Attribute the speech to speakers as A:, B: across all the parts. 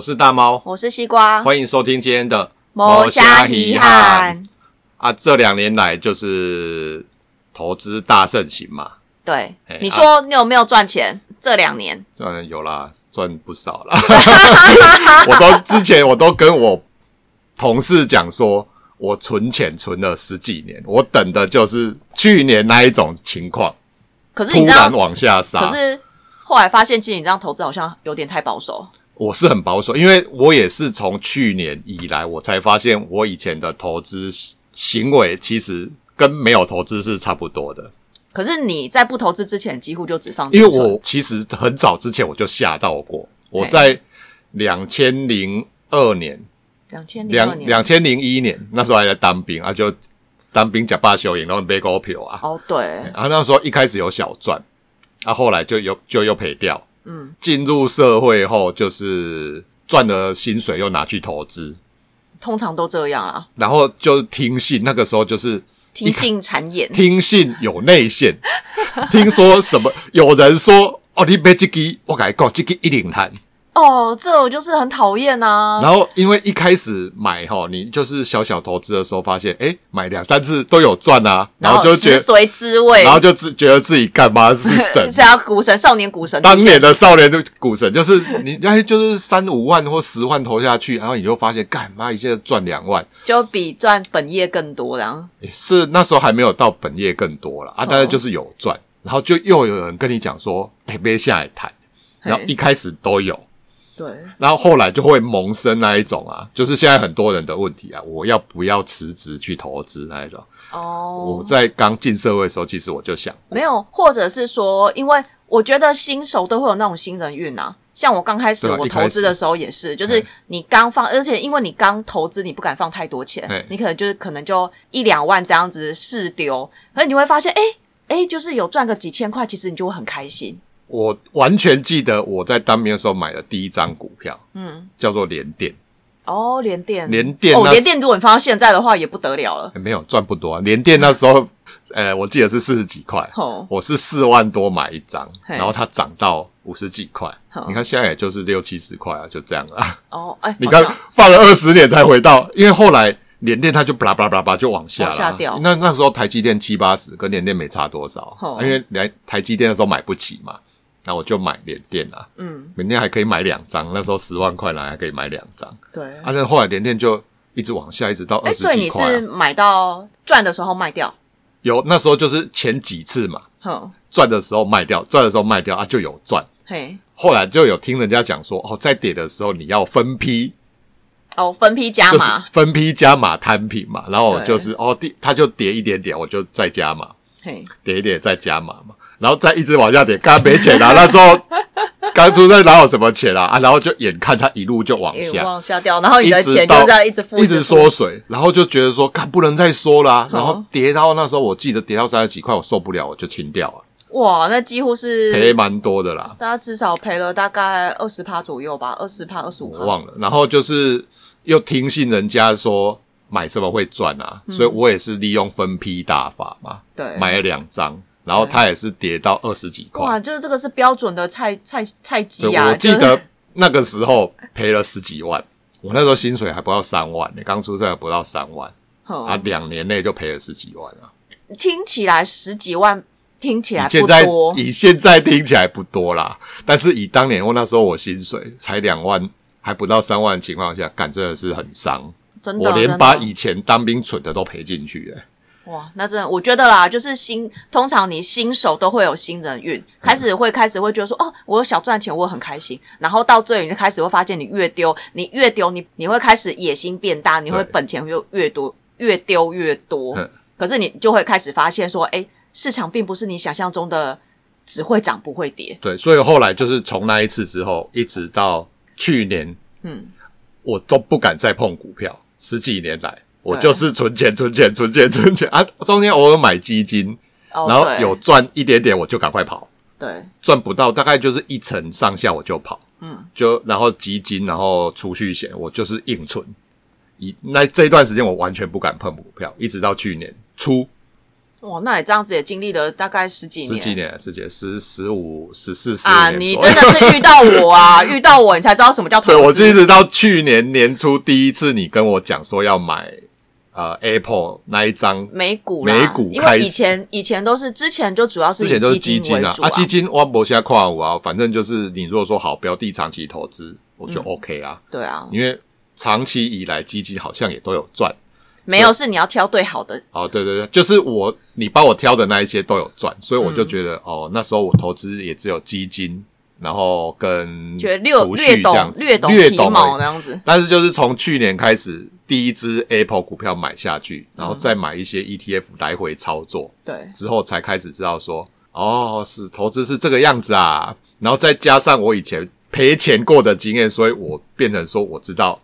A: 是大猫，
B: 我是西瓜，
A: 欢迎收听今天的
B: 某虾遗憾。
A: 啊。这两年来就是投资大盛行嘛，
B: 对
A: 哎，
B: 你
A: 啊
B: 说你有没有赚钱？这两年
A: 赚了有啦，赚不少 啦。 我都之前我都跟我同事讲说，我存钱存了十几年，我等的就是去年那一种情况，
B: 可是你
A: 突
B: 知道
A: 然，往下杀。
B: 可是后来发现，其实你这样投资好像有点太保守。
A: 我是很保守，因为我也是从去年以来，我才发现我以前的投资行为其实跟没有投资是差不多的。
B: 可是你在不投资之前，几乎就只放
A: 因为
B: 定存
A: 我其实很早之前我就吓到过，
B: 哎
A: 我在两千零二年、
B: 两千零二
A: 两
B: 年
A: 两千零一年那时候还在当兵啊，就当兵假罢休营，然后被股票啊，
B: 哦，对，
A: 啊那时候一开始有小赚，啊后来就又就又赔掉，嗯，进入社会后就是赚了薪水又拿去投资，
B: 通常都这样啊，
A: 然后就是听信，那个时候就是
B: 听信谗言。
A: 听信有内线， 听说什么有人说哦，你买这个，我跟你讲，这个一零摊。
B: 哦，这我就是很讨厌啊。
A: 然后因为一开始买哈，你就是小小投资的时候发现，哎，买两三次都有赚啊，然后就觉
B: 食
A: 得，
B: 髓知味，
A: 然后就自觉得自己干 嘛是 啊神。
B: 想要股神少年股神出
A: 当
B: 现，
A: 年的少年的股神就是你，哎，就是三五万或十万投下去，然后你就发现，干妈一下子赚两万，
B: 就比赚本业更多，然后
A: 是那时候还没有到本业更多了
B: 哦
A: 啊，但是就是有赚，然后就又有人跟你讲说，哎、别下来谈，然后一开始都有，
B: 对，
A: 然后后来就会萌生那一种啊，就是现在很多人的问题啊，我要不要辞职去投资那一种？
B: 哦
A: 我，在刚进社会的时候，其实我就想，
B: 没有，或者是说，因为我觉得新手都会有那种新人运啊。像我刚开始
A: 对啊
B: 我
A: 一开始
B: 投资的时候也是，就是
A: 嗯
B: 你刚放，而且因为你刚投资，你不敢放太多钱
A: 对，
B: 你可能就是可能就一两万这样子试丢，可是你会发现，哎哎，就是有赚个几千块，其实你就会很开心。
A: 我完全记得我在当兵的时候买的第一张股票，嗯，叫做联电，
B: 哦，连电，
A: 联电
B: 哦，
A: 那
B: 连电，如果你放到现在的话，也不得了了。
A: 哎没有赚不多、啊，联电那时候，呃，我记得是四十几块，
B: 哦，
A: 我是四万多买一张，
B: 嘿
A: 然后它涨到五十几块
B: 好，
A: 你看现在也就是六七十块啊，就这样啊。
B: 哦，哎，
A: 你
B: 好
A: 看
B: 像
A: 放了二十年才回到，因为后来联电它就巴拉巴拉巴拉巴拉就往下
B: 往下
A: 啦
B: 掉
A: 那那时候台积电七八十，跟联电没差多少，啊
B: 哦
A: 因为来台积电的时候买不起嘛，那我就买联电啦。
B: 嗯，
A: 联电还可以买两张，那时候十万块来还可以买两张，
B: 对。
A: 啊，那后来联电就一直往下，一直到
B: 哎，
A: 二十
B: 所以
A: 几
B: 你
A: 块啊、
B: 是买到赚的时候卖掉，
A: 有那时候就是前几次嘛，
B: 哼，
A: 赚的时候卖掉，赚的时候卖掉啊就有赚。
B: 嘿，
A: 后来就有听人家讲说，哦，在跌的时候你要分批，
B: 哦，分批加
A: 就是
B: 码，
A: 分批加码摊平嘛。然后我
B: 对
A: 就是哦，第它就跌一点点，我就再加码，
B: 嘿，
A: 跌一点再加码嘛，然后再一直往下跌，刚没 钱啊，那时候刚出生哪有什么钱啊啊，然后就眼看它一路就往
B: 也
A: 下。
B: 往下掉，然后你的
A: 直
B: 钱就
A: 到
B: 这样一直付，
A: 一直
B: 付
A: 缩，水，然后就觉得说，看不能再缩啦、然后
B: 好
A: 跌到那时候，我记得跌到三十几块，我受不了，我就清掉了，
B: 哇，那几乎
A: 赔
B: 是
A: 蛮多的啦。
B: 大家至少赔了大概二十趴左右吧，二十趴、二十五
A: 我
B: 趴。
A: 忘了。然后就是又听信人家说买什么会赚啊，所以我也是利用分批打法嘛，
B: 嗯对
A: 买了两张，然后它也是跌到二十几块，
B: 哇，就是这个是标准的菜菜菜
A: 所
B: 鸡
A: 以
B: 啊！
A: 我记
B: 就是
A: 得那个时候赔了十几万。我那时候薪水还不到三万，你刚出社还不到三万
B: 哼
A: 啊，两年内就赔了十几万啊！
B: 听起来十几万，听起来
A: 现
B: 不
A: 在
B: 多，
A: 以现在听起来不多啦，但是以当年我那时候我薪水才两万，还不到三万的情况下，干真的是很伤。
B: 真的，啊
A: 我
B: 真
A: 连
B: 的
A: 把以前当兵存的都赔进去、欸，
B: 哇，那真的，我觉得啦，就是新，通常你新手都会有新人运，开始会开始会觉得说，哦，我有小赚钱，我很开心。然后到最后，你就开始会发现，你越丢，你越丢，你你会开始野心变大，你会
A: 对
B: 本钱就越多，越丢越多
A: 嗯。
B: 可是你就会开始发现说，哎，市场并不是你想象中的只会涨不会跌。
A: 对，所以后来就是从那一次之后，一直到去年，
B: 嗯，
A: 我都不敢再碰股票，十几年来。我
B: 对
A: 就是存钱、存钱、存钱、存钱啊！中间偶尔买基金，
B: 哦，
A: 然后
B: 对
A: 有赚一点点，我就赶快跑；
B: 对，
A: 赚不到大概就是一层上下，我就跑。嗯，就然后基金，然后储蓄险，我就是硬存。以那这一段时间，我完全不敢碰股票，一直到去年初
B: 哇，那你这样子也经历了大概十几
A: 十
B: 年
A: 几年，十几十十五十四十五
B: 啊！
A: 年
B: 你
A: 左
B: 真
A: 右
B: 的是遇到 我啊，遇到我你才知道什么叫投
A: 对
B: 资。
A: 我一直到去年年初第一次你跟我讲说要买呃 Apple 那一张，
B: 美股啦，
A: 美股
B: 因
A: 开
B: 为
A: 始
B: 以前以前都是之前就主要是
A: 之
B: 以
A: 前都是
B: 基
A: 基
B: 金为
A: 金啊
B: 主
A: 啊基金我博下跨五啊，反正就是你如果说好标的长期投资，我
B: 嗯
A: 就 OK 啊，
B: 对啊，
A: 因为长期以来基金好像也都有赚。
B: 没有是你要挑对好的，
A: 哦，对对对，就是我你帮我挑的那一些都有赚，所以我就
B: 嗯
A: 觉得、哦，那时候我投资也只有基金，然后跟
B: 觉得略
A: 储蓄
B: 略
A: 这样
B: 懂
A: 子
B: 略懂
A: 略
B: 皮
A: 懂而已
B: 毛那样子。
A: 但是就是从去年开始，第一只 Apple 股票买下去，然后
B: 嗯
A: 再买一些 ETF 来回操作，
B: 对，
A: 之后才开始知道说，哦，是投资是这个样子啊。然后再加上我以前赔钱过的经验，所以我变成说我知道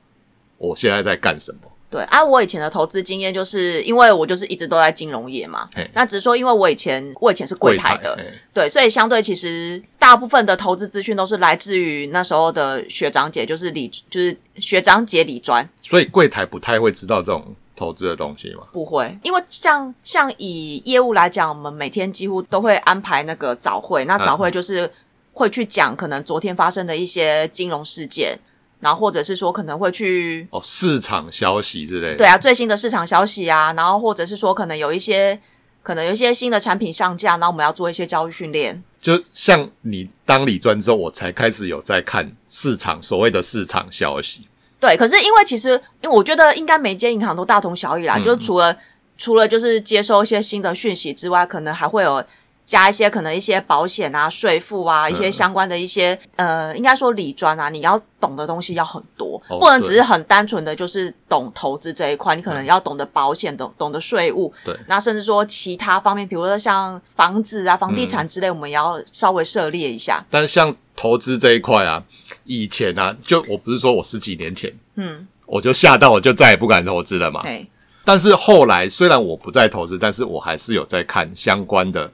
A: 我现在在干什么。
B: 对啊，我以前的投资经验就是因为我就是一直都在金融业嘛
A: 嘿，
B: 那只是说因为我以前我以前是柜台的，
A: 哎
B: 对，所以相对其实大部分的投资资讯都是来自于那时候的学长姐，就是理就是学长姐理专
A: 所以柜台不太会知道这种投资的东西嘛。
B: 不会，因为像像以业务来讲，我们每天几乎都会安排那个早会，那早会就是会去讲可能昨天发生的一些金融事件，然后或者是说可能会去
A: 哦，市场消息之类的。
B: 对啊，最新的市场消息啊，然后或者是说可能有一些可能有一些新的产品上架，然后我们要做一些教育训练。
A: 就像你当理专之后，我才开始有在看市场所谓的市场消息。
B: 对，可是因为其实因为我觉得应该每间银行都大同小异
A: 嗯
B: 啦，就是除了除了就是接收一些新的讯息之外，可能还会有。加一些可能一些保险啊、税负啊，一些
A: 嗯
B: 相关的一些、呃，应该说理专啊，你要懂的东西要很多，
A: 哦
B: 不能
A: 对嗯
B: 只是很单纯的就是懂投资这一块，你可能要懂得保险、懂懂得税务，
A: 对
B: 那甚至说其他方面，比如说像房子啊、
A: 嗯
B: 房地产之类，我们也要稍微涉猎一下。
A: 但像投资这一块啊，以前啊，就我不是说我十几年前，嗯，我就吓到，我就再也不敢投资了嘛。
B: 哎、
A: 但是后来虽然我不再投资，但是我还是有在看相关的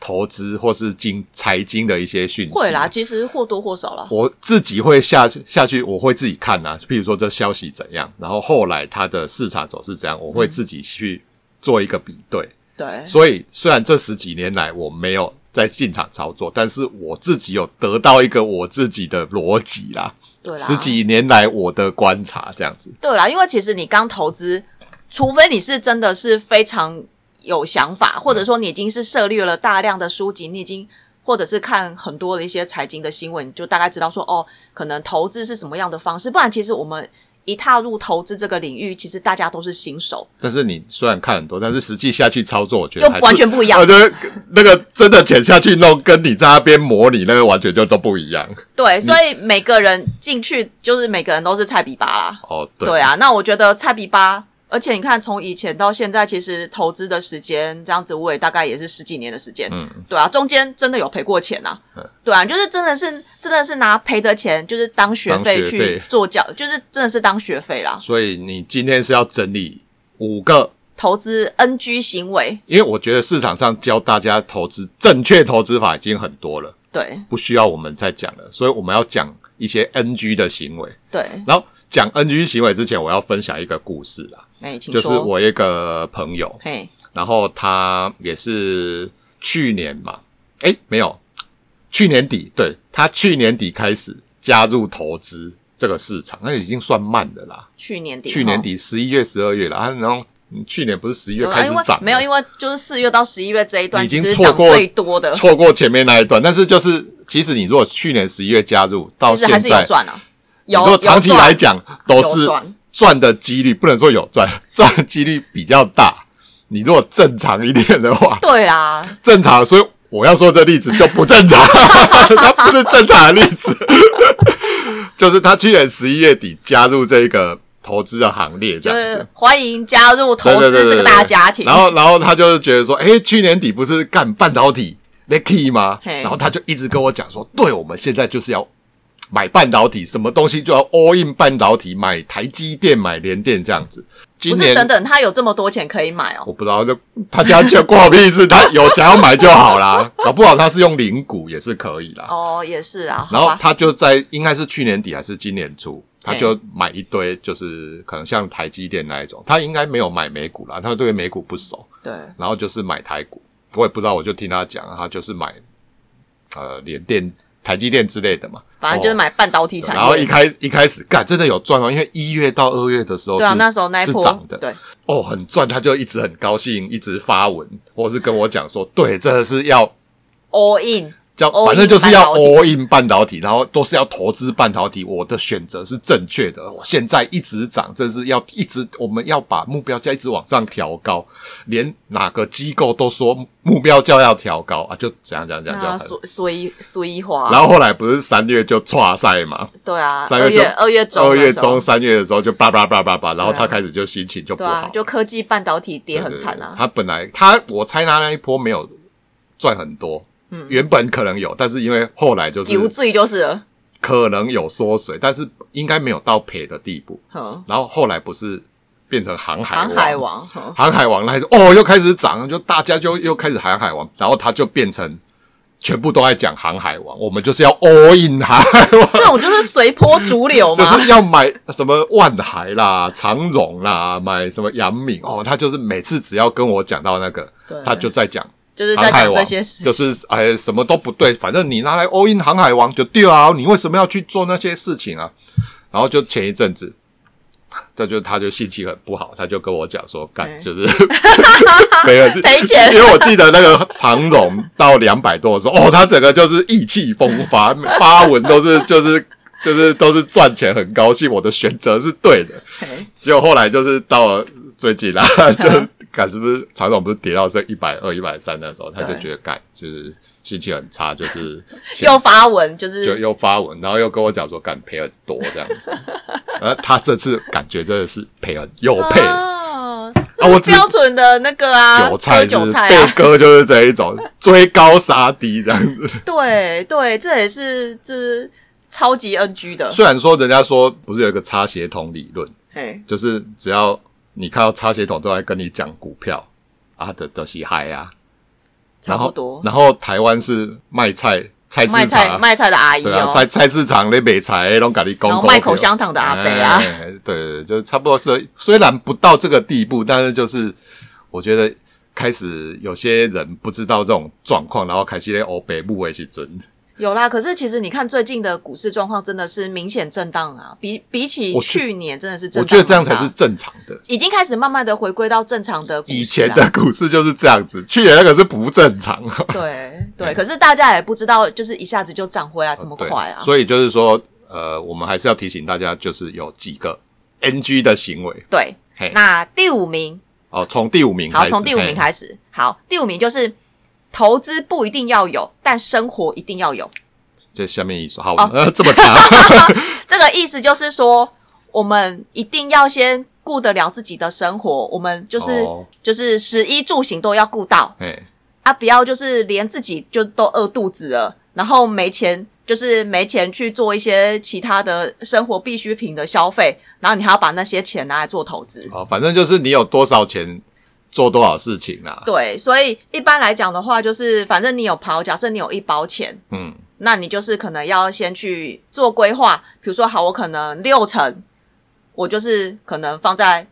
A: 投资或是经财经的一些讯息。
B: 会啦，其实或多或少啦。
A: 我自己会下下去，我会自己看啊，譬如说这消息怎样，然后后来它的市场走势怎样，我
B: 嗯
A: 会自己去做一个比对。
B: 对，
A: 所以虽然这十几年来我没有在进场操作，但是我自己有得到一个我自己的逻辑啦，
B: 对啦，
A: 十几年来我的观察这样子。
B: 对啦，因为其实你刚投资，除非你是真的是非常有想法，或者说你已经是涉猎了大量的书籍，你已经或者是看很多的一些财经的新闻，你就大概知道说哦，可能投资是什么样的方式。不然，其实我们一踏入投资这个领域，其实大家都是新手，
A: 但是你虽然看很多，但是实际下去操作，我觉
B: 又
A: 得还是
B: 完全不一样
A: 我。觉得那个真的潜下去弄，跟你在那边模拟那个完全就都不一样。
B: 对，所以每个人进去就是每个人都是菜比巴啦。
A: 哦，对，
B: 对啊，那我觉得菜比巴，而且你看从以前到现在，其实投资的时间这样子，我也大概也是十几年的时间。嗯，对啊，中间真的有赔过钱啊。
A: 嗯
B: 对啊，就是真的是真的是拿赔的钱，就是当学
A: 当
B: 费
A: 学
B: 去
A: 费
B: 做教，就是真的是当学费啦。
A: 所以你今天是要整理五个，
B: 投资 NG 行为，
A: 因为我觉得市场上教大家投资正确投资法已经很多了，
B: 对
A: 不需要我们再讲了。所以我们要讲一些 NG 的行为。
B: 对，
A: 然后讲 NG 行为之前，我要分享一个故事啦，
B: 哎，请
A: 就
B: 说。
A: 是我一个朋友，
B: 嘿，
A: 然后他也是去年嘛，诶，没有，去年底，对他去年底开始加入投资这个市场，那已经算慢的啦。
B: 去年底，
A: 去年
B: 底。
A: 底十一月、十二月了，啊，然后嗯去年不是十一月
B: 对啊
A: 开始
B: 因为
A: 涨了，
B: 哦没有，因为就是四月到十一月这一段，
A: 已经
B: 其实
A: 错
B: 涨
A: 过
B: 最多的，
A: 错过前面那一段，但是就是其实你如果去年十一月加入到
B: 其实
A: 现
B: 还是有
A: 在，
B: 赚啊，
A: 你
B: 有
A: 如果长期
B: 有赚
A: 来讲都
B: 有
A: 是
B: 赚
A: 赚的几率，不能说有赚，赚的几率比较大。你如果正常一点的话，
B: 对啊啦，
A: 正常，所以我要说这例子就不正常， 它不是正常的例子， 就是他去年十一月底加入这个投资的行列，这
B: 就
A: 样子。
B: 是欢迎加入投
A: 对对
B: 资
A: 对
B: 这个
A: 对
B: 大
A: 对
B: 家庭。
A: 然后，然后他就是觉得说，诶，去年底不是干半导体 l u c k y 吗？
B: 嘿
A: 然后他就一直跟我讲说，对，我们现在就是要买半导体，什么东西就要 all in 半导体，买台积电、买联电这样子。今
B: 不是
A: 年
B: 等等，他有这么多钱可以买哦。
A: 我不知道，就他家钱关我屁 事，他有想要买就好啦，搞不好他是用零股也是可以啦。
B: 哦，也是啊，
A: 然
B: 好
A: 后
B: 吧，
A: 他就在应该是去年底还是今年初，他
B: 嘿
A: 就买一堆，就是可能像台积电那一种，他应该没有买美股啦，他对美股不熟，
B: 对，
A: 然后就是买台股，我也不知道，我就听他讲，他就是买呃联电、台积电之类的嘛。
B: 反正就是
A: 哦
B: 买半导体产业。
A: 然后一开一开始干真的有赚哦，因为一月到二月的时候是，
B: 对啊，那时候那一
A: 是
B: 波
A: 涨的，
B: 对，
A: 哦，很赚，他就一直很高兴，一直发文，或是跟我讲说，对，真的是要
B: all in，
A: 叫
B: all in
A: 反正就是要
B: 半导体
A: all in 半导体，然后都是要投资半导体。我的选择是正确的，我现在一直涨，这是要一直我们要把目标价一直往上调高，连哪个机构都说目标价要调高啊，就怎样怎样怎样怎样。
B: 那随随随花，
A: 然后后来不是三月就岔赛嘛，
B: 对啊，
A: 三
B: 二
A: 月就
B: 月二月中
A: 二月
B: 的时候
A: 中、三月的时候就叭叭叭叭叭，然后
B: 对啊
A: 他开始就心情就不
B: 对
A: 好
B: 啊
A: 了，，
B: 就科技半导体跌
A: 对
B: 很
A: 对
B: 惨
A: 对
B: 啊，
A: 他本来他我猜他那一波没有赚很多，嗯，原本可能有，但是因为后来就是
B: 有罪就是了，
A: 可能有缩水，但是应该没有到赔的地步。
B: 哼，
A: 然后后来不是变成航海
B: 航海，王，哼，
A: 航海王那时候哦又开始涨，就大家就又开始航海王，然后他就变成全部都在讲航海王，我们就是要 all in 航海王。
B: 这种就是随波逐流
A: 就
B: 嘛，
A: 是要买什么万海啦、长荣啦，买什么杨敏哦，他就是每次只要跟我讲到那个
B: 对，
A: 他就在讲
B: 就是在
A: 航海
B: 讲
A: 王
B: 这些事
A: 就，是哎什么都不对，反正你拿来 all in 航海王就对啊，你为什么要去做那些事情啊？然后就前一阵子，这就他就心情很不好，他就跟我讲说，干
B: 嗯
A: 就是 没 人
B: 赔钱
A: 因为我记得那个长荣到两百多的时候，哦，他整个就是意气风发，发文都是 就是。就是都是赚钱，很高兴，我的选择是 对的。
B: 嘿
A: 结果后来就是到了最近啦， 就是看是不是常总不是跌到剩一百二、一百三的时候，他就
B: 对
A: 觉得干就是心情很差，就是
B: 又发文就
A: 就是又发文，然后又跟我讲说干赔很多这样 子。呃，他这次感觉真的是赔很又赔，啊
B: 啊，
A: 我
B: 这
A: 只
B: 是标准的那个啊，
A: 韭菜
B: 割
A: 就
B: 韭
A: 是
B: 菜
A: 被
B: 啊，
A: 割就是这一种追高杀低这样子。
B: 对对，这也是这是超级 NG 的，
A: 虽然说人家说不是有一个差协同理论，
B: 嘿，
A: 就是只要你看到差协同都在跟你讲股票啊的的喜嗨啊。
B: 差不多。
A: 然后然后台湾是卖菜菜市场啊，
B: 卖菜卖菜的阿姨
A: 对啊
B: 哦，，
A: 在菜市场那卖菜那种咖喱公，
B: 然后卖口香糖的阿伯啊
A: 哎对对，对就差不多是。虽然不到这个地步，但是就是我觉得开始有些人不知道这种状况，然后开始在欧北部为其准。
B: 有啦，可是其实你看最近的股市状况真的是明显震荡啊，比比起
A: 我觉
B: 去年真的是震荡
A: 我觉得这样
B: 很大
A: 才是正常的。
B: 已经开始慢慢的回归到正常的股市啦啊
A: 以前的股市就是这样子，去年那个是不正常。
B: 对对，可是大家也不知道，就是一下子就涨回来这么
A: 哎哦对
B: 快啊，
A: 所以就是说，呃，我们还是要提醒大家，就是有几个 NG 的行为。
B: 对
A: 嘿，
B: 那第五名，
A: 哦，从第五名开
B: 好，
A: 始，
B: 从第五名
A: 嘿
B: 开始，好，第五名就是投资不一定要有，但生活一定要有。
A: 这下面一首，
B: 哦
A: 好，呃，这么 长，
B: 这个意思就是说，我们一定要先顾得了自己的生活，我们就是、
A: 哦
B: 就是食衣住行都要顾到
A: 哎，
B: 啊，不要就是连自己就都饿肚子了，然后没钱。就是没钱去做一些其他的生活必需品的消费，然后你还要把那些钱拿来做投资。
A: 好，哦反正就是你有多少钱做多少事情啊啦。
B: 对，所以一般来讲的话，就是反正你有跑，假设你有一包钱，
A: 嗯，
B: 那你就是可能要先去做规划，比如说，好，我可能六成，我就是可能放在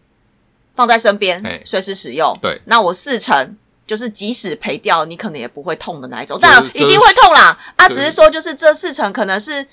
B: 放在身边
A: 哎，
B: 随时使用。
A: 对，
B: 那我四成就是即使赔掉，你可能也不会痛的那一种，
A: 就是
B: 当然
A: 就是
B: 一定会痛啦。啊，
A: 就
B: 只
A: 是
B: 是说就是这四成可能是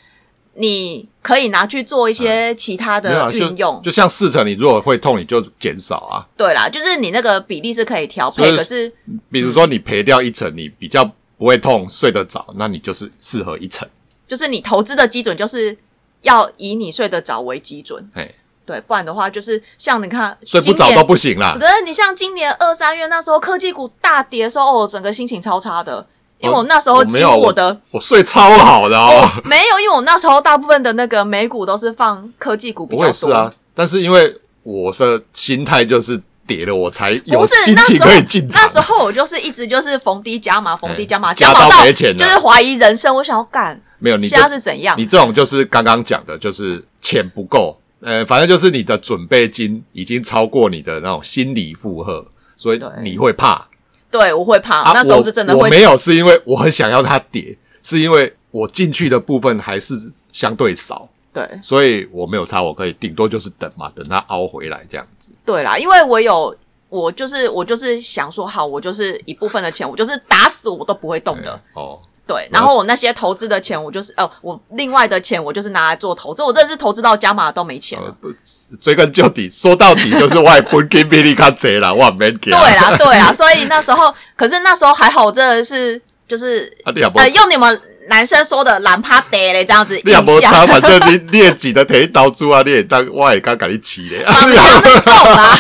B: 你可以拿去做一些其他
A: 没有啊
B: 的运用
A: 就，就像四成，你如果会痛，你就减少啊。
B: 对啦，就是你那个比例是可以调
A: 所以
B: 配，可是
A: 比如说你赔掉一层，你比较不会痛，睡得早，那你就是适合一层。
B: 就是你投资的基准就是要以你睡得早为基准。
A: 哎，
B: 对，不然的话就是像你看，
A: 睡不
B: 今
A: 着
B: 年
A: 都不行啦
B: 我。觉得你像今年二三月那时候科技股大跌的时候，哦，我整个心情超差的，因为我那时候
A: 我
B: 几
A: 没有
B: 乎我的
A: 我睡超好的哦，
B: 没有，因为我那时候大部分的那个美股都是放科技股 比
A: 我
B: 较
A: 也是
B: 多。
A: 啊，但是因为我的心态就是跌了，我才有
B: 不是
A: 心
B: 那
A: 情
B: 时候
A: 可以进，场
B: 那。时候我就是一直就是逢低加码，逢低加码，
A: 加
B: 码
A: 到
B: 到
A: 没钱了
B: 就是怀疑人生。我想要干，
A: 没有你就
B: 现在是怎样？
A: 你这种就是刚刚讲的，就是钱不够，呃，反正就是你的准备金已经超过你的那种心理负荷，所以
B: 对
A: 你会怕。
B: 对，我会怕，
A: 啊，
B: 那时候是真的
A: 我，我
B: 会
A: 没有是因为我很想要它跌，是因为我进去的部分还是相对少，
B: 对
A: 所以我没有差，我可以顶多就是等嘛，等它凹回来这样子。
B: 对啦，因为我有我就是我就是想说，好，我就是一部分的钱，我就是打死我都不会动的。
A: 哦，
B: 对，然后我那些投资的钱，我就是哦，我另外的钱我就是拿来做投资，我真的是投资到加码都没钱
A: 哦
B: 了。
A: 追根究底，说到底就是我也不给比你卡贼啦，我没给。
B: 对啦，对啦，所以那时候，可是那时候还好，我真的是就是
A: 啊，你也不
B: 呃，用你们男生说的“懒趴得嘞”这样子
A: 你也
B: 印
A: 无差，
B: 象，
A: 反正你你也挤得提刀猪啊，你也当我也刚给你起咧， 啊
B: 不要再动 啦。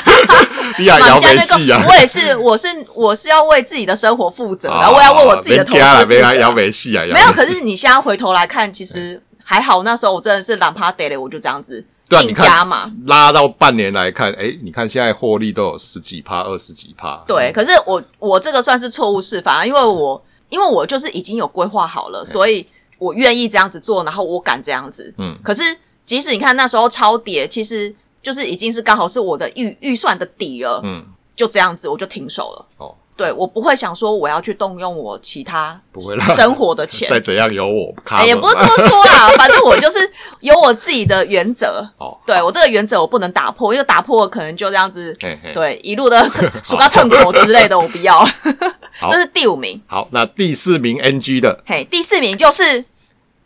A: 你也摇没
B: 那
A: 戏
B: 个，
A: 啊。
B: 我也是，我是我是要为自己的生活负责，然
A: 啊
B: 后我要为我自己的投资
A: 别啦，
B: 负
A: 别啦，摇
B: 责。
A: 没戏啊，摇
B: 没有，
A: 尾
B: 可是你现在回头来看，其实还好，那时候我真的是懒趴得嘞，我就这样子
A: 对啊
B: 定
A: 你看
B: 加嘛。
A: 拉到半年来看，哎，你看现在获利都有十几趴、二十几趴，
B: 对，可是我我这个算是错误示范啊，因为我因为我就是已经有规划好了，所以我愿意这样子做，然后我敢这样子。
A: 嗯，
B: 可是即使你看那时候超跌，其实就是已经是刚好是我的预预算的底了，
A: 嗯，
B: 就这样子我就停手了。
A: 哦，
B: 对我不会想说我要去动用我其他
A: 不会啦
B: 生活的 钱。
A: 再怎样有我卡啊
B: 哎，也不是这么说啦，反正我就是有我自己的原则，
A: 哦，
B: 对我这个原则我不能打破，因为打破可能就这样子
A: 嘿嘿
B: 对，一路的鼠到痛口之类的，我不要。
A: 好
B: 这是第五名，
A: 好，那第四名 NG 的，
B: 嘿，第四名就是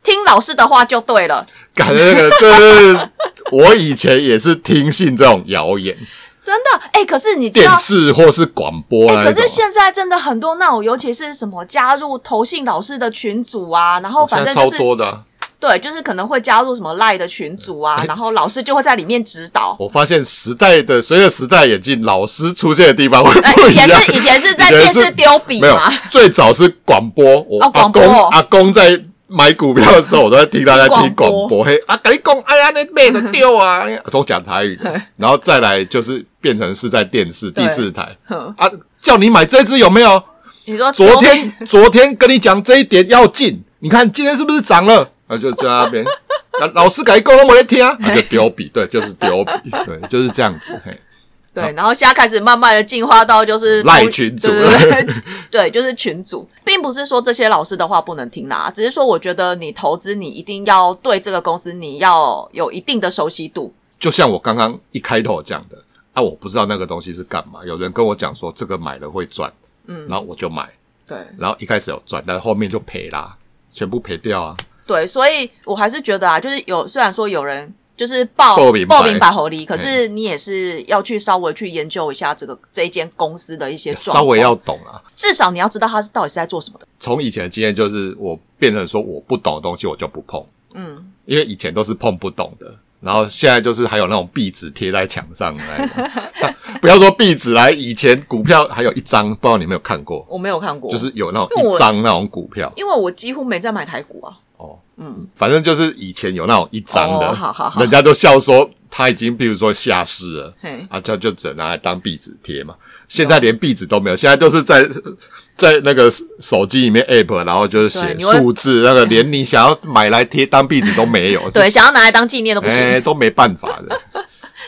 B: 听老师的话就对了，
A: 感觉那个就是我以前也是听信这种谣言，
B: 真的。哎、可是你知
A: 电
B: 道，
A: 视或是广播
B: 哎、
A: 那
B: 可
A: 一种啊
B: 是。现在真的很多那种，尤其是什么加入投信老师的群组啊，然后反
A: 哦现在
B: 正
A: 超
B: 就是
A: 多的啊，
B: 对，就是可能会加入什么赖的群组
A: 哎
B: 啊，然后老师就会在里面指导。
A: 我发现时代的随着时代演进，老师出现的地方会
B: 哎、
A: 不
B: 以
A: 一样
B: 前。是以前是在电视丢笔
A: 没有
B: 嘛，，
A: 最早是广播，我
B: 哦
A: 阿
B: 广播
A: 公阿公在买股票的时候，我都在听他在听广
B: 广
A: 播，嘿，啊，跟你讲，哎呀，那卖的掉 啊，都讲台语，然后再来就是变成是在电视
B: 对
A: 第四台
B: 哼
A: 啊，叫你买这只有没有？
B: 你说
A: 昨
B: 丢
A: 天昨天跟你讲这一点要进，你看今天是不是涨了？啊，就在那 边，啊、老师改沟通我在听 啊，啊就丢笔，对，就是丢笔，对，就是这样子，嘿，
B: 对，然后现在开始慢慢的进化到就是
A: 赖
B: 通
A: 群组
B: 对对 对对，就是群主，并不是说这些老师的话不能听啦，只是说我觉得你投资你一定要对这个公司你要有一定的熟悉度，
A: 就像我刚刚一开头讲的，啊，我不知道那个东西是干嘛。有人跟我讲说这个买了会赚，嗯，然后我就买，
B: 对
A: 然后一开始有赚，但后面就赔啦，全部赔掉啊。
B: 对，所以我还是觉得啊，就是有虽然说有人。就是报
A: 报名牌哎
B: 报名百合离，可是你也是要去稍微去研究一下这个这一间公司的一些状况，
A: 稍微要懂啊。
B: 至少你要知道他是到底是在做什么的。
A: 从以前的经验就是，我变成说我不懂的东西我就不碰，嗯，因为以前都是碰不懂的，然后现在就是还有那种壁纸贴在墙上的那一种， 不要说壁纸来，以前股票还有一张，不知道你有没有看过，
B: 我没有看过，
A: 就是有那
B: 因为
A: 种
B: 我
A: 一张那种股票
B: 因为我几乎没在买台股啊，
A: 哦，嗯，反正就是以前有那种一张的，
B: 哦好好好
A: 人家就笑说他已经，比如说下市了
B: 嘿，
A: 啊，就就只能拿来当壁纸贴嘛。现在连壁纸都没有，现在都是在 在那个手机里面 app，然后就是
B: 对
A: 写
B: 你会
A: 数字，那个连你想要买来贴当壁纸都没有，
B: 对，想要拿来当纪念都不行。
A: 哎，都没办法的。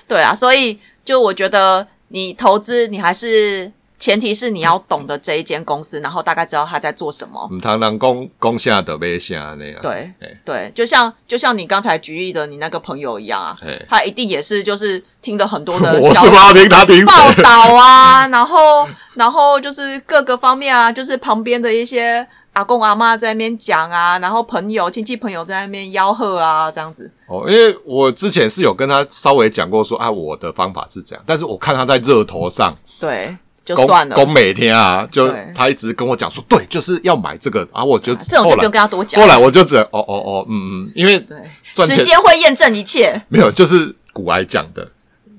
B: 对啊，所以就我觉得你投资，你还是前提是你要懂得这一间公司，然后大概知道他在做什么。
A: 唔通人讲讲下的买下那样，
B: 对
A: 哎
B: 对，就像就像你刚才举例的你那个朋友一样啊
A: 嘿，
B: 他一定也是就是听了很多的
A: 我
B: 消
A: 是怕听他听
B: 报
A: 谁？
B: 道啊，然后然后就是各个方面啊，就是旁边的一些阿公阿妈在那边讲啊，然后朋友亲戚朋友在那边吆喝啊，这样子。
A: 哦，因为我之前是有跟他稍微讲过说啊，我的方法是这样，但是我看他在热头上。
B: 对，就
A: 公
B: 算了，
A: 公每天啊，就
B: 对
A: 他一直跟我讲说，对，就是要买这个啊，我就
B: 这种就
A: 后
B: 不
A: 来
B: 用跟他多讲
A: 后。来我就只能哦哦哦，嗯嗯，因为
B: 对，
A: 赚钱
B: 时间会验证一切。
A: 没有，就是古来讲的，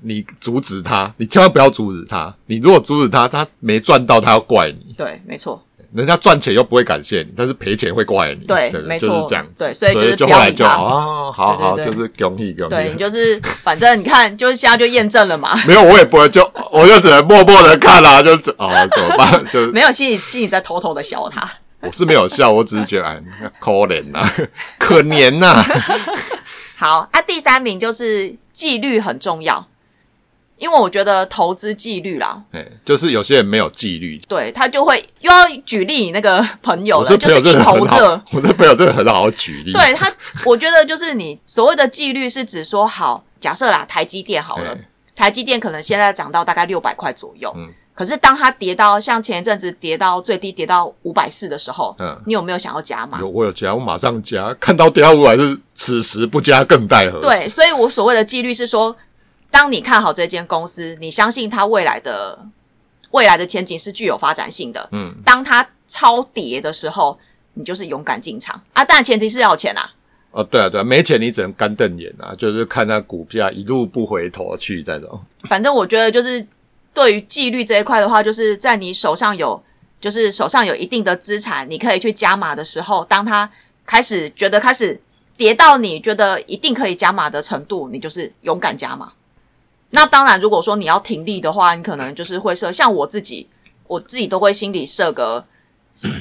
A: 你阻止他，你千万不要阻止他，你如果阻止他，他没赚到，他要怪你，
B: 对，没错。
A: 人家赚钱又不会感谢你，但是赔钱会怪你，
B: 对
A: 对，
B: 没
A: 就是
B: 错
A: 这样子，
B: 对所以就是
A: 就
B: 不要
A: 后来
B: 理
A: 就
B: 他
A: 啊，好好，
B: 对对
A: 就是恭喜恭
B: 对你
A: 喜。
B: 就是，反正你看，就是现在就验证了嘛。
A: 没有，我也不会，就我就只能默默的看啦、就只哦怎么办？ 就
B: 没有，心里心里在偷偷的笑他。
A: 我是没有笑，我只是觉得哎，可怜呐、可怜呐、
B: 好，啊，第三名就是纪律很重要，因为我觉得投资纪律啦，
A: 哎，就是有些人没有纪律。
B: 对他就会又要举例你那个朋友
A: 我这
B: 了，就
A: 朋友
B: 是
A: 真
B: 一
A: 的
B: 头
A: 很
B: 热
A: 好。，我这朋友真的很好举例。
B: 对他，我觉得就是你所谓的纪律是指说好，假设啦，台积电好了
A: 哎，
B: 台积电可能现在涨到大概六百块左右，
A: 嗯
B: 可是当它跌到像前一阵子跌到最低跌到五百四的时候，
A: 嗯
B: 你有没有想要加码？
A: 有我有加，我马上加，看到跌到五百是此时不加更待何时？
B: 对，所以我所谓的纪律是说，当你看好这间公司，你相信它未来的未来的前景是具有发展性的。
A: 嗯，
B: 当它超跌的时候，你就是勇敢进场啊！但前提是要有钱啊。
A: 啊，对啊，对啊，没钱你只能干瞪眼啊，就是看那股价一路不回头去那种。
B: 反正我觉得就是对于纪律这一块的话，就是在你手上有就是手上有一定的资产，你可以去加码的时候，当它开始觉得开始跌到你觉得一定可以加码的程度，你就是勇敢加码。那当然，如果说你要停利的话，你可能就是会设，像我自己，我自己都会心里设个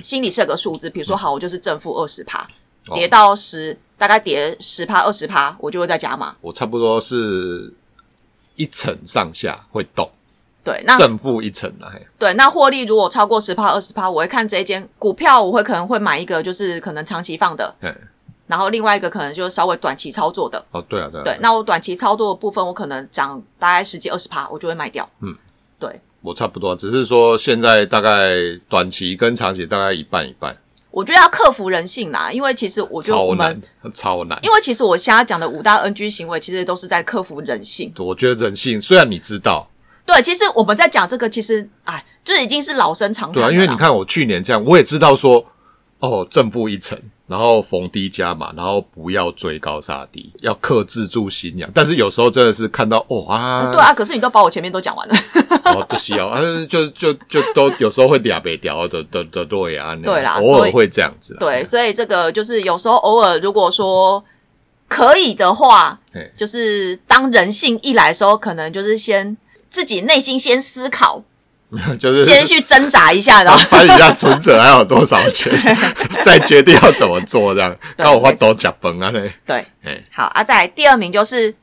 B: 心里设个数字，比如说好，我就是正负二十趴，跌到十，大概跌十趴二十趴，我就会再加码。
A: 我差不多是一层上下会动，
B: 对，那
A: 正负一层啊，嘿
B: 对，那获利如果超过十趴、二十趴，我会看这一间股票，我会可能会买一个，就是可能长期放的，
A: 嘿，
B: 然后另外一个可能就稍微短期操作的。
A: 哦，对啊，对啊，
B: 对，那我短期操作的部分，我可能涨大概十几、二十趴，我就会卖掉。
A: 嗯，
B: 对，
A: 我差不多，只是说现在大概短期跟长期大概一半一半，
B: 我觉得要克服人性啦，因为其实我觉得我
A: 超
B: 们
A: 难，，超难。
B: 因为其实我现在讲的五大 NG 行为，其实都是在克服人性。
A: 我觉得人性，虽然你知道，
B: 对，其实我们在讲这个，其实哎，就是已经是老生常谈
A: 对
B: 了
A: 啊，
B: 啦。
A: 因为你看我去年这样，我也知道说，哦，正负一层，然后逢低加码，然后不要追高杀低，要克制住心痒。但是有时候真的是看到哦啊，
B: 对啊，可是你都把我前面都讲完了。
A: 哦不需要，啊就就就都有时候会俩北掉的的的对啊，那样
B: 对啦
A: 偶
B: 所
A: 尔
B: 以
A: 会这样子啦，
B: 对，所以这个就是有时候偶尔如果说可以的话
A: 嘿，
B: 就是当人性一来的时候，可能就是先自己内心先思考，
A: 就是
B: 先去挣扎一下，然后
A: 翻一下存折还有多少 钱，再决定要怎么做这样。
B: 对
A: 刚我发走假崩啊嘞，
B: 对
A: 嘿，
B: 好啊。再来第二名就是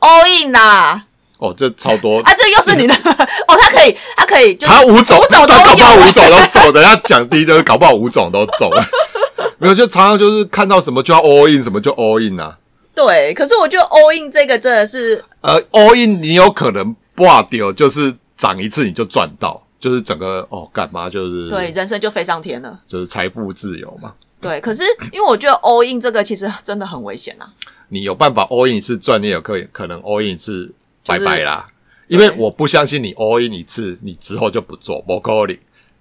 B: all in 啦，
A: 哦，这超多，
B: 啊，这又是 你的哦，他可以，他可以，就是
A: 他五种，
B: 种都
A: 他搞不好
B: 有
A: 五种都走的，要讲第一就是搞不好五种都走了。 没有，就常常就是看到什么就要 all in，什么就 all in 啊。
B: 对。可是我觉得 all in 这个真的是
A: 呃，all in 你有可能挂掉，就是涨一次你就赚到，就是整个哦干嘛就是
B: 对人生就飞上天了，
A: 就是财富自由嘛。
B: 对。可是因为我觉得 all in 这个其实真的很危险啊，
A: 你有办法 all in 一次赚，你有可可能 all in 一次
B: 就
A: 拜
B: 是
A: 拜啦。因为我不相信你 all in 一次，你之后就不做，不可能。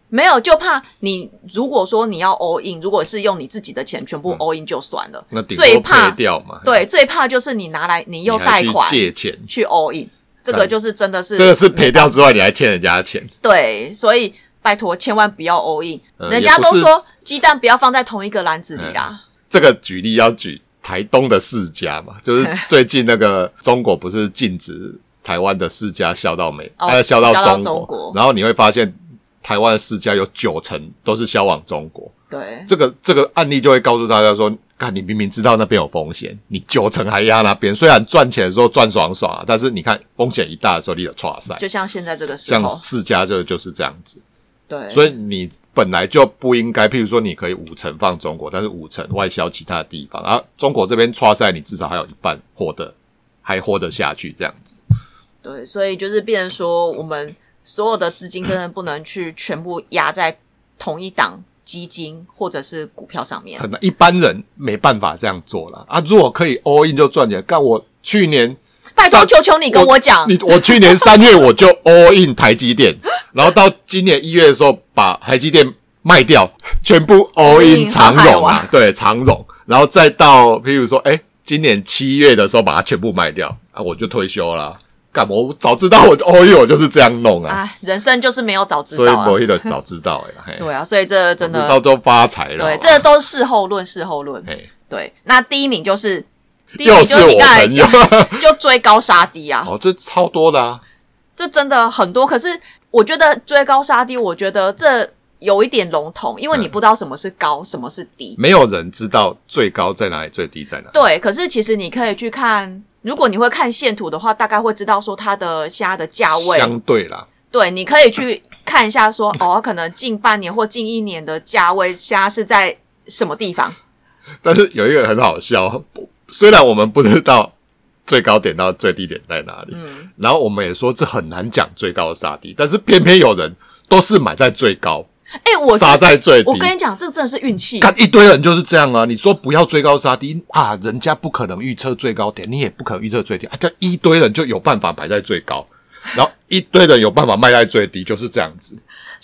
B: 没有，就怕你如果说你要 all in，如果是用你自己的钱全部 all in 就算了，
A: 嗯那顶
B: 最
A: 多
B: 怕
A: 赔掉嘛。
B: 对最怕就是你拿来你
A: 你
B: 又
A: 还
B: 贷
A: 去
B: 款
A: 借钱，
B: 去 all in，这个
A: 干
B: 就是真的是嗯
A: 这个是赔掉之外，你还欠人家钱。
B: 对，所以拜托千万不要 all in，、
A: 呃
B: 人家
A: 也不
B: 都
A: 是嗯
B: 说鸡蛋不要放在同一个篮子里啊啦，
A: 这个举例要举台东的世家 嘛，就是最近那个中国不是禁止台湾的世家销到美，
B: 哦
A: 呃，销到
B: 销到
A: 中
B: 中国
A: 然后你会发现台湾的世家有九成都是销往中国。
B: 对
A: 这个这个案例就会告诉大家说，看你明明知道那边有风险，你九成还压那边，虽然赚钱的时候赚爽爽啊，但是你看风险一大的时候，你有错赛。
B: 就哦像现在这个时
A: 像
B: 候，
A: 世家这个就是这样子，
B: 对，
A: 所以你本来就不应该，譬如说你可以五成放中国，但是五成外销其他的地方，啊，中国这边错赛你至少还有一半活得还活得下去这样子。
B: 对，所以就是变成说，我们所有的资金真的不能去全部压在同一档基金或者是股票上面。
A: 很难，一般人没办法这样做了啊！如果可以 all in 就赚钱，干我去年
B: 拜托，求求你跟我讲，
A: 你我去年三月我就 all in 台积电，然后到今年一月的时候把台积电卖掉，全部 all
B: all
A: in
B: in
A: 长
B: 航海
A: 荣
B: 王
A: 啊，对长荣，然后再到譬如说，哎，今年七月的时候把它全部卖掉啊，我就退休啦。干嘛？我早知道我就 all in，我就是这样弄啊，
B: 哎，人生就是没有早知
A: 所以
B: 道、啊
A: 我。一的早知道哎、嘿，
B: 对啊，所以这真
A: 早知道
B: 的
A: 都发财了，
B: 对，这都是事后论，事后论。
A: 哎，
B: 对，那第一名就是第一
A: 又
B: 名
A: 是
B: 就是你
A: 我
B: 刚才
A: 朋友
B: 讲，，就追高杀低啊，
A: 哦，这超多的啊，
B: 这真的很多。可是我觉得追高杀低，我觉得这有一点笼统，因为你
A: 嗯
B: 不知道什么是高，什么是低。
A: 没有人知道最高在哪里，最低在哪里。
B: 对，可是其实你可以去看，如果你会看线图的话，大概会知道说它的现在的价位。
A: 相对啦，
B: 对，你可以去看一下说，哦，可能近半年或近一年的价位，现在是在什么地方？
A: 但是有一个很好笑，虽然我们不知道最高点到最低点在哪里。
B: 嗯
A: 然后我们也说这很难讲最高的杀低，但是偏偏有人都是买在最高，
B: 哎、我觉
A: 杀
B: 得
A: 在最低。
B: 我跟你讲，这真的是运气。
A: 看一堆人就是这样啊！你说不要追高杀低啊，人家不可能预测最高点，你也不可能预测最低啊。这一堆人就有办法摆在最高，然后一堆人有办法卖在最低，就是这样子。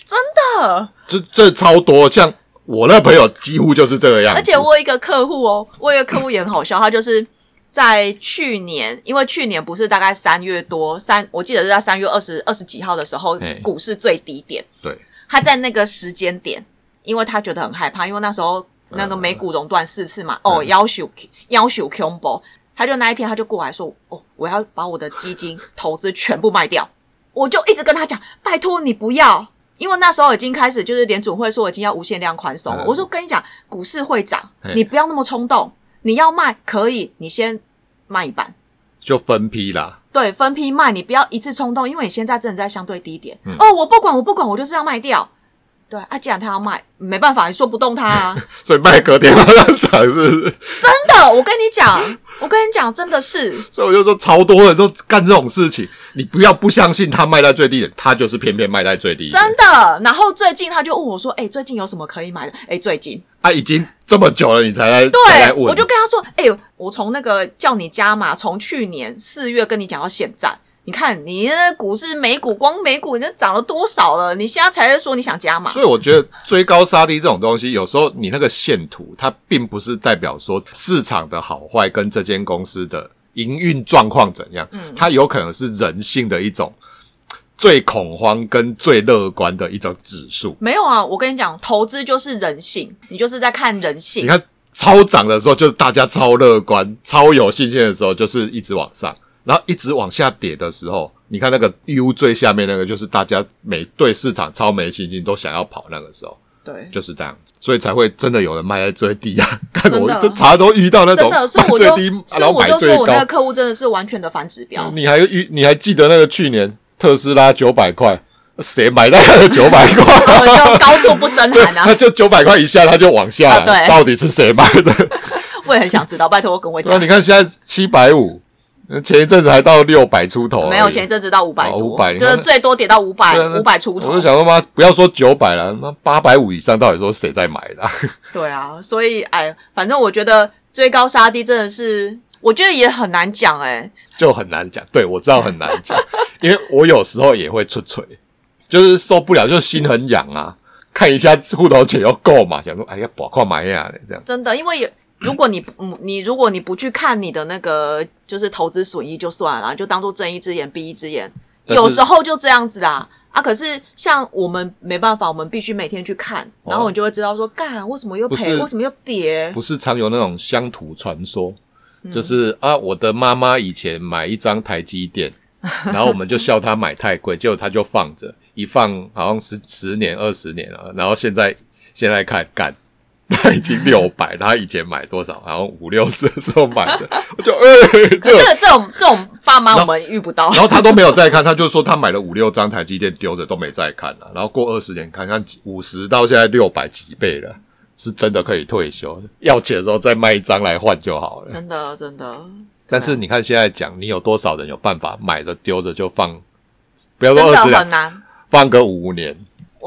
A: 真
B: 的，
A: 这这超多，像我那朋友几乎就是这个样子。
B: 而且我有一个客户哦，我有一个客户也很好笑，他就是在去年，因为去年不是大概三月多三，我记得是在三月二十二十几号的时候
A: 嘿，
B: 股市最低点。
A: 对
B: 他在那个时间点，因为他觉得很害怕，因为那时候那个美股熔断四次嘛，
A: 嗯
B: 哦，要求要求 combo，他就那一天他就过来说，哦，我要把我的基金投资全部卖掉，我就一直跟他讲，拜托你不要。因为那时候已经开始，就是联准会说已经要无限量宽松了。
A: 嗯
B: 我说跟你讲，股市会涨
A: 嘿，
B: 你不要那么冲动。你要卖可以，你先卖一半，
A: 就分批啦，
B: 对，分批卖，你不要一次冲动，因为你现在真的在相对低点。
A: 嗯
B: 哦，我不管，我不管，我就是要卖掉。对啊，既然他要卖，没办法，你说不动 他啊。
A: 所以卖隔天马上涨，是不是？
B: 真的，我跟你讲，我跟你讲，真的是，
A: 所以我就说，超多人都干这种事情，你不要不相信他卖在最低点，他就是偏偏卖在最低点。
B: 真的。然后最近他就问我说：“哎、最近有什么可以买的？”哎、最近，
A: 啊，已经这么久了，你才来才来
B: 对，
A: 问，
B: 我就跟他说：“哎、我从那个叫你加码，从去年四月跟你讲到现在，你看你那股市美股，光美股你都涨了多少了？你现在才在说你想加码，
A: 所以我觉得追高杀低这种东西，有时候你那个线图，它并不是代表说市场的好坏跟这间公司的营运状况怎样，它有可能是人性的一种最恐慌跟最乐观的一种指数。
B: 没有啊，我跟你讲，投资就是人性，你就是在看人
A: 你
B: 性。
A: 看超涨的时候，就是大家超乐观、超有信心的时候，就是一直往上；然后一直往下跌的时候，你看那个 U 最下面那个，就是大家每对市场超没信心，都想要跑那个时候。
B: 对，
A: 就是这样子，所以才会真的有人卖在最低 啊！看
B: 真
A: 我
B: 的
A: 这茶都遇到那
B: 真
A: 种
B: 的，所以
A: 卖
B: 我
A: 最
B: 就，
A: 低，
B: 所
A: 然
B: 以
A: 后
B: 我
A: 买
B: 就
A: 最
B: 说我那
A: 高嗯
B: 个。客户真的是完全的反指标。
A: 你还遇你还记得那个去年特斯拉九百块，谁买到那九百块？
B: 我就高处不胜寒啊
A: 他！ 就九百块以下，他就往下
B: 啊对
A: 来，到底是谁买的？
B: 我也很想知道，拜托跟我
A: 那
B: 讲
A: 你。看现在七百五，前一阵子还到六百出头而已，
B: 没有，前一阵子到五百
A: 哦
B: 多，
A: 500
B: 就是最多跌到五百
A: 对啊，那
B: 五百出头
A: 我就。想说妈，不要说九百了，妈八百五以上到底说谁在买的啊？
B: 对啊，所以哎，反正我觉得追高杀低真的是，我觉得也很难讲哎、
A: 就很难讲。对我知道很难 讲，因为我有时候也会出锤，就是受不了，就心很痒啊。看一下户头钱又够嘛，想说哎呀，把块买呀嘞，这样
B: 真的，因为也如果你不嗯你如果你不去看你的那个就是投资损益就算了，就当做睁一只眼闭一只眼，
A: 但是
B: 有时候就这样子啊。啊！可是像我们没办法，我们必须每天去看，然后你就会知道说，干为什么又
A: 哦不
B: 赔，
A: 是
B: 为什么又跌？
A: 不是常有那种乡土传说，就是啊，我的妈妈以前买一张台积电，然后我们就笑她买太贵，结果她就放着，一放好像十十年二十年了，然后现在现在看干。她已经六百，她以前买多少？好像五六十的时候买的， 我就哎、这
B: 这
A: 有
B: 个这种这种爸妈
A: 后
B: 我们遇不到，
A: 然后他都没有再看，他就说他买了五六张台积电丢着都没再看了、然后过二十年看看五十到现在六百几倍了，是真的可以退休，要钱的时候再卖一张来换就好了。
B: 真的真的
A: 但是你看现在讲，你有多少人有办法买着丢着就放？不要
B: 真
A: 说
B: 的
A: 二十年
B: 很，难。
A: 放个五年，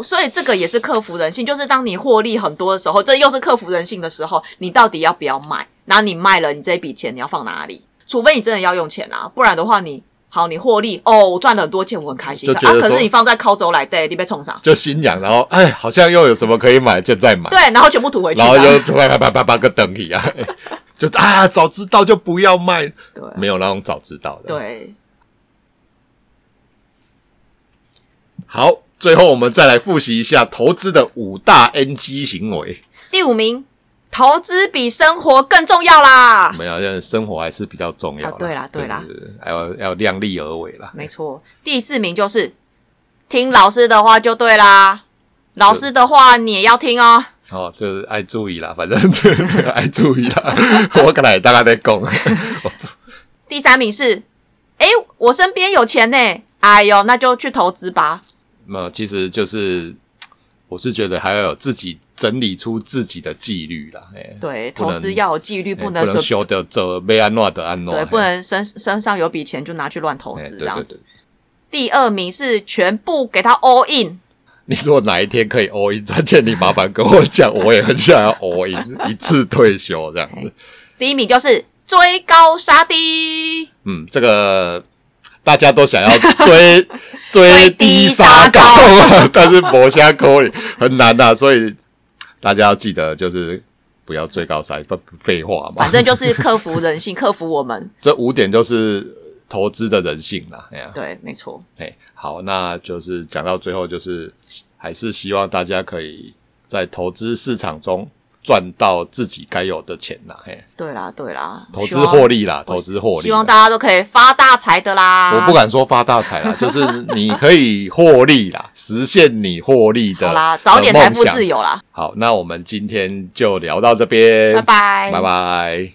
B: 所以这个也是克服人性，就是当你获利很多的时候，这又是克服人性的时候，你到底要不要卖？然后你卖了，你这笔钱你要放哪里？除非你真的要用钱啊，不然的话你，好，你获利哦，我赚了很多钱，我很开心。
A: 就觉得
B: 啊，可
A: 说啊
B: 是你放在靠走来，对，你被冲上，
A: 就心痒，然后哎，好像又有什么可以买，就再买，
B: 对，然后全部吐回去
A: 然后
B: 啊。
A: 就啪啪啪啪啪个等一啊，就啊，早知道就不要卖，
B: 对
A: 没有那种早知道的。
B: 对，
A: 好，最后我们再来复习一下投资的五大 NG 行为。
B: 第五名，投资比生活更重要啊啦。
A: 没有，现在生活还是比较重要啦、
B: 啊对啦对啦
A: 对，对还要要量力而为啦。
B: 没错，第四名就是听老师的话就对啦，老师的话你也要听哦。
A: 哦，就是爱注意啦，反正爱注意啦。 我刚才大概在讲，
B: 第三名是，诶，我身边有钱呢、哎呦，那就去投资吧。
A: 那其实就是我是觉得还要有自己整理出自己的纪律啦。哎、
B: 对，
A: 不能
B: 投资要有纪律，
A: 哎
B: 不
A: 能
B: 能说
A: 修的这被安诺的安诺，
B: 对，
A: 嘿
B: 不能身身上有笔钱就拿去乱投
A: 哎
B: 资
A: 对
B: 这样子。
A: 对对
B: 第二名是全部给他 all in，
A: 你如果哪一天可以 all in 赚钱，你麻烦跟我讲，我也很想要 all in 一次退休这样子。
B: 第一名就是追高杀低。
A: 嗯，这个大家都想要 追
B: 追
A: 追
B: 低
A: 低
B: 杀
A: 杀
B: 高
A: 高， 但是磨虾沟里很难的、所以大家要记得就是不要追高杀低，不不废话嘛
B: 反。正就是克服人性，克服我们。
A: 这五点就是投资的人性啦。哎呀、
B: 对，没错，
A: 哎，好，那就是讲到最后，就是还是希望大家可以在投资市场中赚到自己该有的钱啦。嘿，
B: 对啦，对啦，
A: 投
B: 希
A: 资
B: 望
A: 获利啦，投资获利啦。
B: 希望大家都可以发大财的啦。
A: 我不敢说发大财 啦，就是你可以获利啦，实现你获利的
B: 好啦，早点财富自
A: 由。
B: 由啦，
A: 好，那我们今天就聊到这边，
B: 拜拜，
A: 拜拜